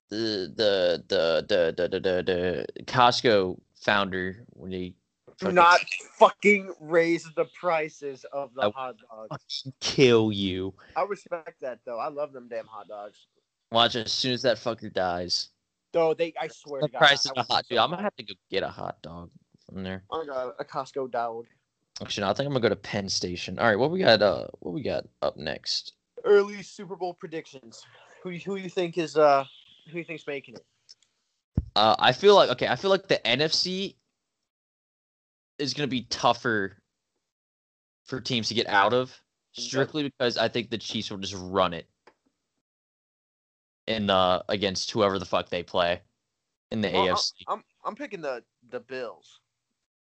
Speaker 2: the the the the the the, the, the Costco founder when he
Speaker 1: do not fucking raise the prices of the
Speaker 2: I-
Speaker 1: hot dogs.
Speaker 2: kill you.
Speaker 1: I respect that though. I love them damn hot dogs.
Speaker 2: Watch as soon as that fucker dies.
Speaker 1: Though they, I swear
Speaker 2: The
Speaker 1: to God,
Speaker 2: price
Speaker 1: I
Speaker 2: of a
Speaker 1: would
Speaker 2: hot
Speaker 1: so-
Speaker 2: dude. I'm gonna have to go get a hot dog from there.
Speaker 1: Oh my god, a Costco dog.
Speaker 2: Actually, no, I think I'm gonna go to Penn Station. All right, what we got? Uh, what we got up next?
Speaker 1: Early Super Bowl predictions. Who who you think is uh who you think's making it?
Speaker 2: Uh, I feel like okay. I feel like the NFC is gonna be tougher for teams to get out of strictly because I think the Chiefs will just run it in the against whoever the fuck they play in the
Speaker 1: Well, I-
Speaker 2: AFC.
Speaker 1: I'm I'm picking the the Bills.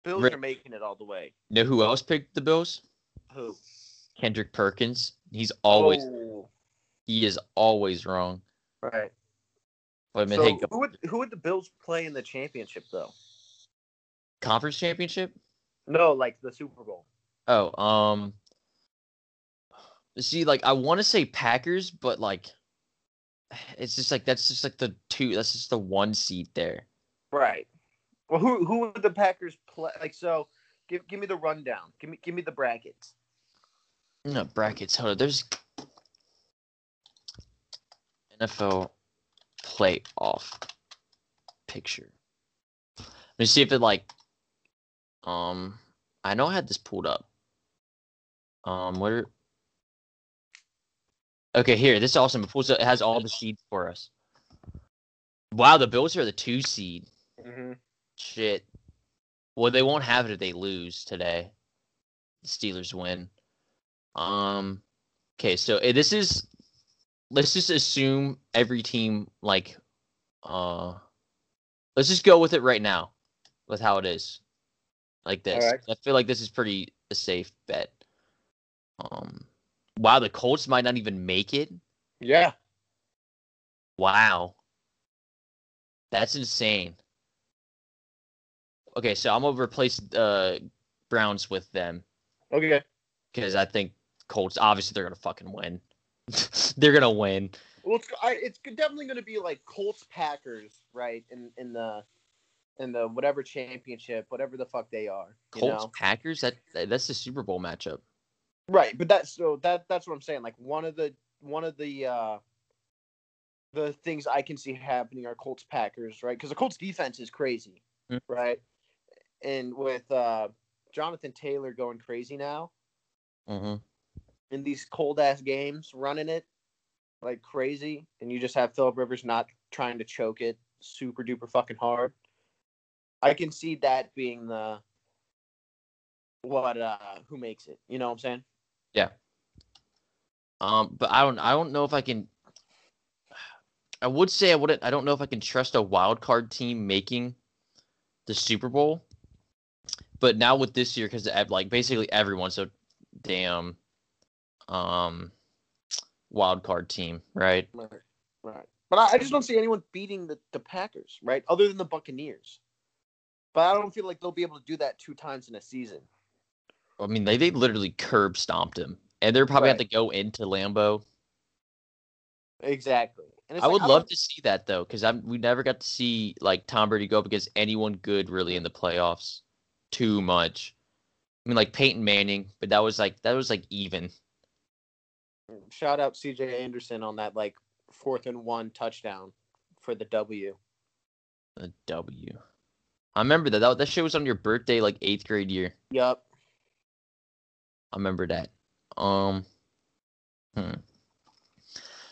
Speaker 1: Bills
Speaker 2: Right.
Speaker 1: are making it all the way.
Speaker 2: You know who else picked the Bills?
Speaker 1: Who?
Speaker 2: Kendrick Perkins. He's always
Speaker 1: Oh,
Speaker 2: he is always wrong.
Speaker 1: right.
Speaker 2: But I mean,
Speaker 1: so
Speaker 2: hey,
Speaker 1: who would who would the Bills play in the championship though?
Speaker 2: conference championship?
Speaker 1: No, like the Super Bowl.
Speaker 2: Oh, um, see, like I want to say Packers, but like, it's just like that's just like the two. That's just the one seat there.
Speaker 1: Right. Well, who who would the Packers play? Like so, give give me the rundown. Give me give me the brackets.
Speaker 2: No brackets. Hold on. There's NFL playoff picture. Let me see if it like. Um, I know I had this pulled up. Um, where? Okay, here. This is awesome. It pulls up. It has all the seeds for us. Wow, the Bills are the two seed.
Speaker 1: Mm-hmm.
Speaker 2: Shit. Well, they won't have it if they lose today. The Steelers win. Um. Okay, so eh, this is. Let's just assume every team like. Uh. Let's just go with it right now, with how it is, like this.
Speaker 1: Alright.
Speaker 2: I feel like this is pretty a safe bet. Um. Wow, the Colts might not even make it.
Speaker 1: Yeah.
Speaker 2: Wow. That's insane. Okay, so I'm gonna replace uh Browns with them
Speaker 1: Okay.
Speaker 2: because I think Colts obviously they're gonna fucking win. they're gonna win.
Speaker 1: Well, it's I, it's definitely going to be like Colts Packers, right? In in the in the whatever championship, whatever the fuck they are. You
Speaker 2: Colts
Speaker 1: know?
Speaker 2: Packers that that- that's the Super Bowl matchup.
Speaker 1: Right, but that's so that that's what I'm saying. Like one of the one of the uh the things I can see happening are Colts Packers, right? Because the Colts defense is crazy,
Speaker 2: Mhm.
Speaker 1: right? And with uh Jonathan Taylor going crazy now
Speaker 2: Mm-hmm.
Speaker 1: in these cold ass games, running it like crazy, and you just have Philip Rivers not trying to choke it super duper fucking hard. I can see that being the what uh who makes it. You know what I'm saying?
Speaker 2: Um, but I don't I don't know if I can. I would say I wouldn't. I don't know if I can trust a wild card team making the Super Bowl. But now with this year, because like basically everyone, so damn um wild card team, right?
Speaker 1: Right. right. But I, I just don't see anyone beating the, the Packers, right? Other than the Buccaneers. But I don't feel like they'll be able to do that two times in a season.
Speaker 2: I mean, they they literally curb stomped him, and they're probably
Speaker 1: Right.
Speaker 2: have to go into Lambeau.
Speaker 1: Exactly. And
Speaker 2: I would
Speaker 1: like,
Speaker 2: love to see that though, because I'm we never got to see like Tom Brady go up against anyone good really in the playoffs too much. I mean, like Peyton Manning, but that was like that was like even.
Speaker 1: don't- Shout out CJ Anderson on that like fourth and one touchdown for the W.
Speaker 2: A W. I remember that. That, that shit was on your birthday, like eighth grade year.
Speaker 1: Yup.
Speaker 2: I remember that. Um, hmm.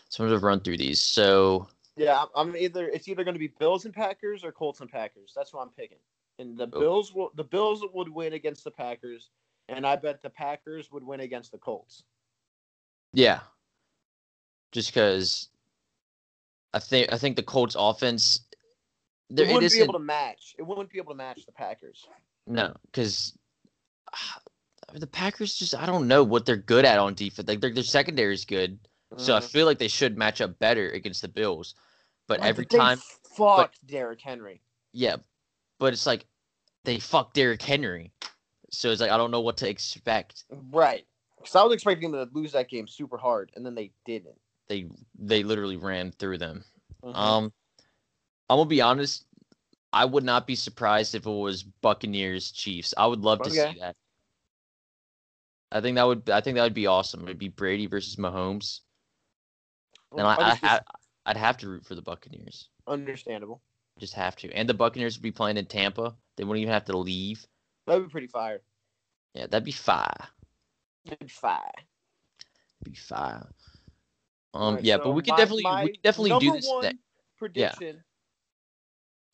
Speaker 2: So I'm gonna run through these. So
Speaker 1: Yeah, I'm- I'm either it's either going to be Bills and Packers or Colts and Packers. That's what I'm picking. And the
Speaker 2: Oh.
Speaker 1: Bills will the Bills would win against the Packers, and I bet the Packers would win against the Colts.
Speaker 2: yeah, just because I think I think the Colts offense,
Speaker 1: They
Speaker 2: there it
Speaker 1: wouldn't be
Speaker 2: isn't
Speaker 1: able to match. It wouldn't be able to match the Packers.
Speaker 2: no because the Packers just I don't know what they're good at on defense. Like their their secondary is good, so I
Speaker 1: Mhm.
Speaker 2: feel like they should match up better against the Bills. But
Speaker 1: Like,
Speaker 2: every
Speaker 1: they
Speaker 2: time,
Speaker 1: fucked Derrick Henry.
Speaker 2: yeah, but it's like they fuck Derrick Henry, so it's like I don't know what to expect.
Speaker 1: Right. Because I was expecting them to lose that game super hard, and then they didn't.
Speaker 2: they they literally ran through them.
Speaker 1: Mhm.
Speaker 2: Um, I'm gonna be honest. I would not be surprised if it was Buccaneers Chiefs. I would love to
Speaker 1: Okay.
Speaker 2: see that. I think that would I think that would be awesome. It'd be Brady versus Mahomes, and I, I,
Speaker 1: Unders-
Speaker 2: ha- I'd have to root for the Buccaneers.
Speaker 1: understandable.
Speaker 2: Just have to. And the Buccaneers would be playing in Tampa. They wouldn't even have to leave.
Speaker 1: That'd be pretty fire.
Speaker 2: Yeah, that'd be fire.
Speaker 1: That'd be fire.
Speaker 2: Be fire. Um,
Speaker 1: Alright,
Speaker 2: yeah,
Speaker 1: so
Speaker 2: but we could
Speaker 1: my-
Speaker 2: definitely
Speaker 1: my
Speaker 2: we could definitely do
Speaker 1: number
Speaker 2: this.
Speaker 1: One
Speaker 2: That,
Speaker 1: prediction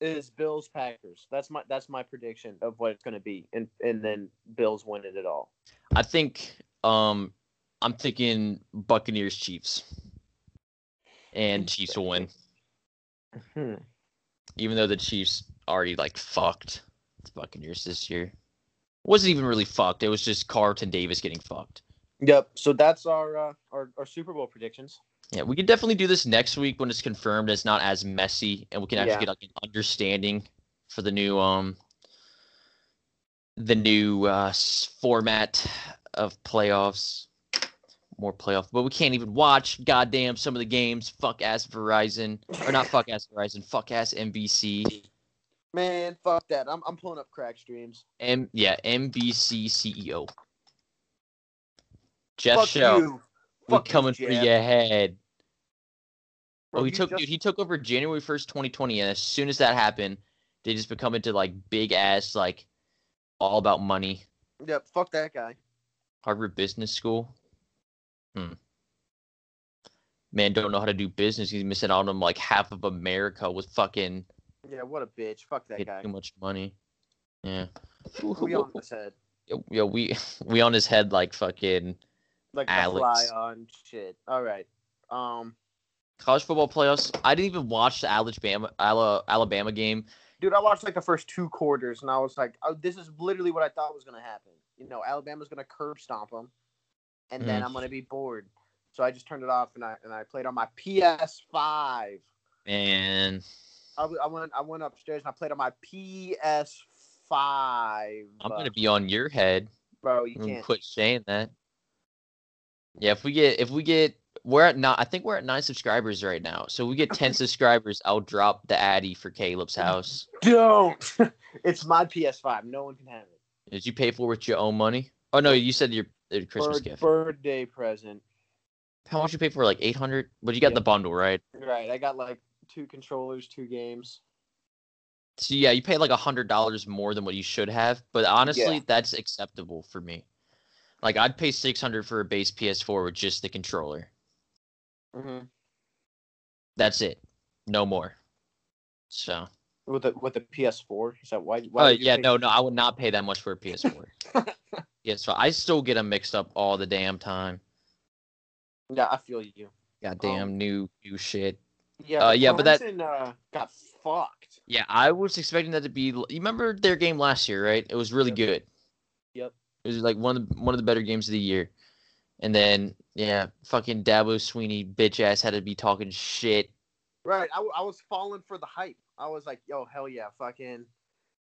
Speaker 1: is Bills Packers. That's my that's my prediction of what it's going to be, and and then Bills win it at all.
Speaker 2: I think um I'm thinking Buccaneers Chiefs. And Chiefs will win. Mm-hmm.
Speaker 1: Hmm.
Speaker 2: Even though the Chiefs already like fucked the Buccaneers this year. Wasn't even really fucked. It was just Carlton Davis getting fucked.
Speaker 1: Yep. So that's our, uh, our our Super Bowl predictions.
Speaker 2: Yeah, we can definitely do this next week when it's confirmed it's not as messy and we can actually
Speaker 1: Yeah.
Speaker 2: get like an understanding for the new um the new uh s- format of playoffs. More playoff, but we can't even watch goddamn some of the games. Fuck ass Verizon. Or not fuck ass Verizon, fuck ass NBC.
Speaker 1: Man, fuck that. I'm I'm pulling up crack streams.
Speaker 2: M yeah, NBC CEO. E Jeff
Speaker 1: fuck
Speaker 2: Shell.
Speaker 1: you.
Speaker 2: We
Speaker 1: Fuck you,
Speaker 2: coming for
Speaker 1: Jeff.
Speaker 2: your head.
Speaker 1: Bro,
Speaker 2: oh, he
Speaker 1: you
Speaker 2: took
Speaker 1: just-
Speaker 2: dude. He took over January first, twenty twenty, and as soon as that happened, they just become into like big ass, like all about money.
Speaker 1: Yep. Fuck that guy.
Speaker 2: Harvard Business School. Hmm. Man, don't know how to do business. He's missing out on like half of America with fucking
Speaker 1: Yeah. What a bitch. Fuck that
Speaker 2: get
Speaker 1: guy.
Speaker 2: too much money. Yeah.
Speaker 1: We on his head.
Speaker 2: Yo, yo, we we on his head like fucking
Speaker 1: Like the fly
Speaker 2: Alex.
Speaker 1: on shit. All right. Um.
Speaker 2: college football playoffs. I didn't even watch the Alabama Ala- Alabama game.
Speaker 1: Dude, I watched like the first two quarters, and I was like, oh, "This is literally what I thought was going to happen." You know, Alabama's going to curb stomp them, and then I'm going to be bored. So I just turned it off, and I and I played on my PS5.
Speaker 2: Man,
Speaker 1: I, w- I went I went upstairs and I played on my PS5.
Speaker 2: I'm gonna be on your head.
Speaker 1: bro. You
Speaker 2: I'm gonna
Speaker 1: can't.
Speaker 2: Mm, quit saying that. Yeah, if we get if we get we're at not I think we're at nine subscribers right now. So we get ten subscribers, I'll drop the Addy for Caleb's
Speaker 1: Mm-hmm.
Speaker 2: house.
Speaker 1: Don't. it's my PS5. No one can have it.
Speaker 2: Did you pay for it with your own money? Oh no, you said your, your Christmas
Speaker 1: Bird-
Speaker 2: gift.
Speaker 1: Birthday present.
Speaker 2: How much you pay for? Like eight hundred? But you got
Speaker 1: Yeah.
Speaker 2: the bundle, right?
Speaker 1: Right. I got like two controllers, two games.
Speaker 2: So yeah, you paid like a hundred dollars more than what you should have, but honestly, that's acceptable for me. Like I'd pay six hundred for a base PS4 with just the controller.
Speaker 1: Mm-hmm.
Speaker 2: That's it, no more. So,
Speaker 1: With the with the PS4. Is that why? why
Speaker 2: oh
Speaker 1: would you
Speaker 2: yeah,
Speaker 1: pick-
Speaker 2: no, no, I would not pay that much for a PS4. yeah, so I still get them mixed up all the damn time.
Speaker 1: Yeah, I feel you. Oh.
Speaker 2: Goddamn new new shit.
Speaker 1: Yeah,
Speaker 2: Uh, yeah, but that-
Speaker 1: Clemson, uh, got fucked.
Speaker 2: Yeah, I was expecting that to be. You remember their game last year, right? It was really
Speaker 1: Yep.
Speaker 2: good.
Speaker 1: Yep.
Speaker 2: It was like one of the, one of the better games of the year. And then yeah, fucking Dabo Sweeney bitch ass had to be talking shit.
Speaker 1: Right. I, I was falling for the hype. I was like, yo, hell yeah, fucking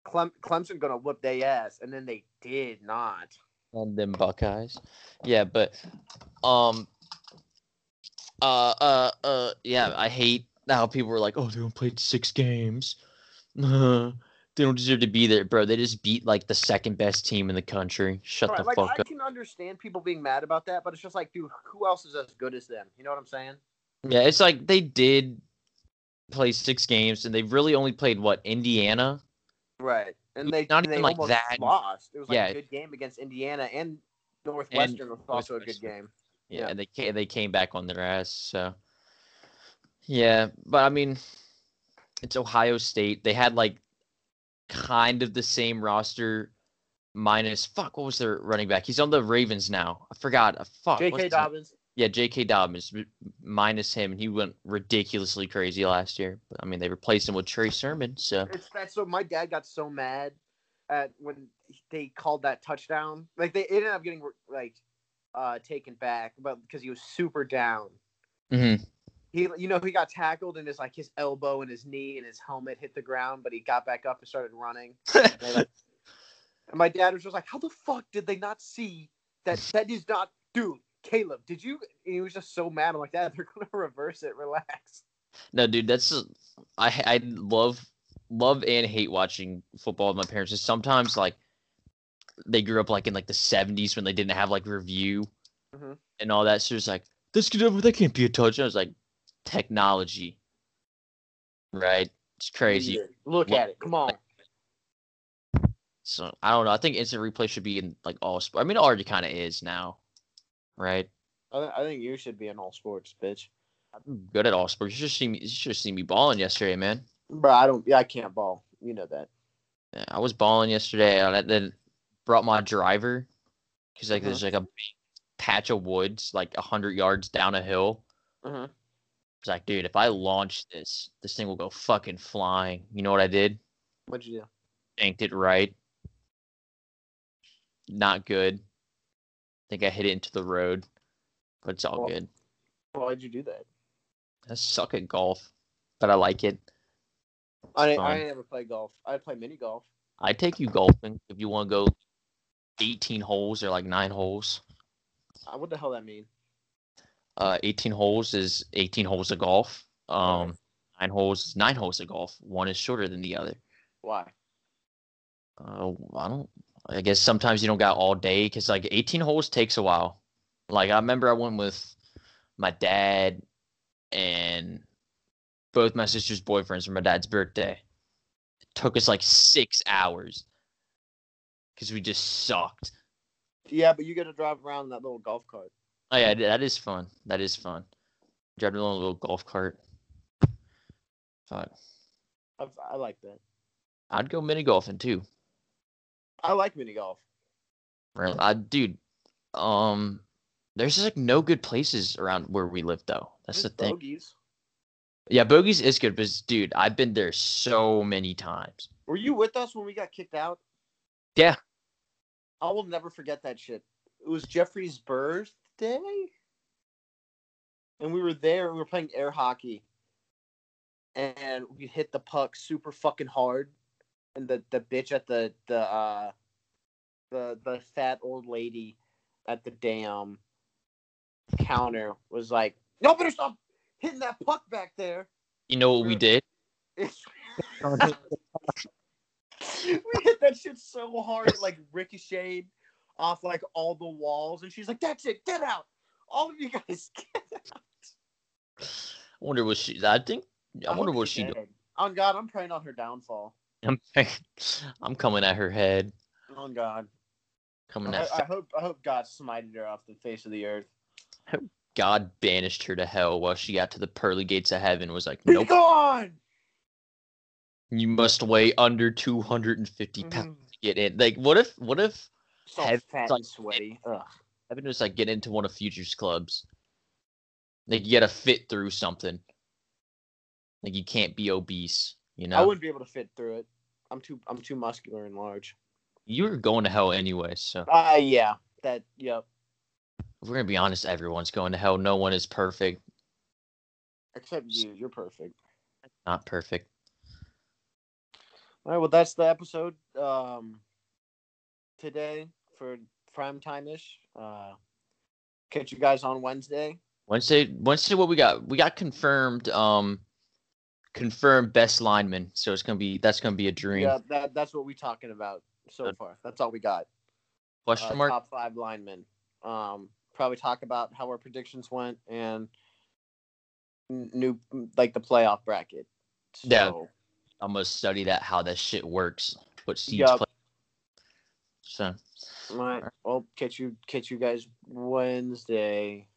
Speaker 1: Clem, Clemson gonna whoop their ass, and then they did not.
Speaker 2: on them Buckeyes. Yeah, but um uh uh uh yeah, I hate how people were like, Oh, they only played six games. Uh, they don't deserve to be there, bro. They just beat like the second best team in the country. Shut
Speaker 1: Right,
Speaker 2: the
Speaker 1: like
Speaker 2: fuck
Speaker 1: I
Speaker 2: up.
Speaker 1: can understand people being mad about that, but it's just like, dude, who else is as good as them? You know what I'm saying?
Speaker 2: Yeah, it's like they did play six games and they really only played what, Indiana?
Speaker 1: Right. And they
Speaker 2: Not
Speaker 1: they
Speaker 2: even like
Speaker 1: almost
Speaker 2: that.
Speaker 1: lost. It was like
Speaker 2: Yeah.
Speaker 1: a good game against Indiana and Northwestern was also a good
Speaker 2: Northwestern.
Speaker 1: game.
Speaker 2: Yeah,
Speaker 1: Yeah.
Speaker 2: and they came, they came back on their ass. So, yeah, but I mean, it's Ohio State. They had like kind of the same roster, minus fuck. What was their running back? He's on the Ravens now. I forgot. Uh, Fuck. what's
Speaker 1: J.K.
Speaker 2: his name?
Speaker 1: Dobbins.
Speaker 2: Yeah, J.K. Dobbins m- minus him, and he went ridiculously crazy last year. But I mean, they replaced him with Trey Sermon. So
Speaker 1: It's that. So my dad got so mad at when they called that touchdown. Like they ended up getting like uh taken back, but because he was super down.
Speaker 2: Mhm.
Speaker 1: He, you know, he got tackled and his like his elbow and his knee and his helmet hit the ground, but he got back up and started running. And they, like- and my dad was just like, "How the fuck did they not see that? That is not, dude." Caleb, did you? And he was just so mad. I'm like, "Dad, they're gonna reverse it. Relax."
Speaker 2: no, dude, that's a- I h- I love love and hate watching football with my parents. Is sometimes like they grew up like in like the seventies when they didn't have like review
Speaker 1: Mhm.
Speaker 2: and all that. So it's like this could never- that can't be a touchdown. It's like technology, right? It's crazy.
Speaker 1: Weird. Look
Speaker 2: What-
Speaker 1: at it. Come on.
Speaker 2: So I don't know. I think instant replay should be in like all sports. I mean, it already kind of is now, right?
Speaker 1: I, th- I think you should be in all sports, bitch.
Speaker 2: I'm good at all sports. You should see me. You should have seen me balling yesterday, man.
Speaker 1: Bro, I don't. Yeah, I can't ball. You know that.
Speaker 2: Yeah, I was balling yesterday, and I then brought my driver because like
Speaker 1: Mhm.
Speaker 2: there's like a big patch of woods like hundred yards down a hill.
Speaker 1: Mhm.
Speaker 2: It's like, dude, if I launch this, this thing will go fucking flying. You know what I did?
Speaker 1: What'd you do?
Speaker 2: Banked it right. Not good. I think I hit it into the road, but it's all
Speaker 1: Well-
Speaker 2: good.
Speaker 1: Why'd you do that?
Speaker 2: I suck at golf, but I like it.
Speaker 1: I,
Speaker 2: fine.
Speaker 1: I ain't never play golf. I play mini golf.
Speaker 2: I take you golfing if you want to go 18 holes or like nine holes.
Speaker 1: Uh, What the hell that mean?
Speaker 2: Uh, 18 holes is 18 holes of golf. Um, nine holes is nine holes of golf. One is shorter than the other.
Speaker 1: Why?
Speaker 2: Uh, I don't. I guess sometimes you don't got all day because like 18 holes takes a while. Like I remember I went with my dad and both my sister's boyfriends for my dad's birthday. It took us like six hours because we just sucked.
Speaker 1: Yeah, but you got to drive around in that little golf cart.
Speaker 2: Oh yeah, that is fun. That is fun. Driving a little golf cart. Fuck.
Speaker 1: I, I like that.
Speaker 2: I'd go mini golfing too.
Speaker 1: I like mini golf.
Speaker 2: Really, I dude, um, there's like no good places around where we live though. That's
Speaker 1: Just
Speaker 2: the thing.
Speaker 1: bogeys.
Speaker 2: Yeah, bogeys is good, but it's- dude, I've been there so many times.
Speaker 1: Were you with us when we got kicked out?
Speaker 2: Yeah.
Speaker 1: I will never forget that shit. It was Jeffrey's birthday, and we were there. and We were playing air hockey, and we hit the puck super fucking hard, and the the bitch at the the uh, the the fat old lady at the damn counter was like, "Y'all better stop hitting that puck back there."
Speaker 2: You know what we
Speaker 1: Sure.
Speaker 2: did?
Speaker 1: we hit that shit so hard it like ricocheted off like all the walls and she's like that's it get out all of you guys get out.
Speaker 2: I wonder what she. I think. I, wonder
Speaker 1: hope
Speaker 2: what she.
Speaker 1: dead. on god i'm praying on her downfall
Speaker 2: I'm, I'm coming at her head.
Speaker 1: on god
Speaker 2: Coming
Speaker 1: I,
Speaker 2: at.
Speaker 1: I hope i hope god smited her off the face of the earth
Speaker 2: God banished her to hell while she got to the pearly gates of heaven. Was like, nope.
Speaker 1: be gone
Speaker 2: You must weigh under 250 pounds
Speaker 1: Mhm.
Speaker 2: to get in. Like, what if, what if
Speaker 1: It's all
Speaker 2: Head-
Speaker 1: fat
Speaker 2: like-
Speaker 1: and sweaty Ugh.
Speaker 2: I've just like get into one of Future's clubs? Like, you gotta fit through something. Like, you can't be obese, you know?
Speaker 1: i wouldn't be able to fit through it i'm too i'm too muscular and large
Speaker 2: you were going to hell anyway, so
Speaker 1: Uh, yeah. That, yep.
Speaker 2: if we're gonna be honest. Everyone's going to hell. No one is perfect.
Speaker 1: Except you. You're perfect.
Speaker 2: Not perfect.
Speaker 1: All right. Well, that's the episode um, today for prime time ish. Uh, catch you guys on Wednesday.
Speaker 2: Wednesday, Wednesday, what we got? We got confirmed. Um, confirmed best lineman. So it's gonna be that's gonna be a dream.
Speaker 1: Yeah, uh, that, that's what we're talking about so
Speaker 2: Good.
Speaker 1: far. That's all we got.
Speaker 2: Question
Speaker 1: uh,
Speaker 2: mark.
Speaker 1: top five linemen. Um, probably talk about how our predictions went and n- new like the playoff bracket. So,
Speaker 2: Yeah. I'm gonna study that how that shit works. What seeds
Speaker 1: Yup.
Speaker 2: play. So.
Speaker 1: All right. Well, catch you catch you guys Wednesday.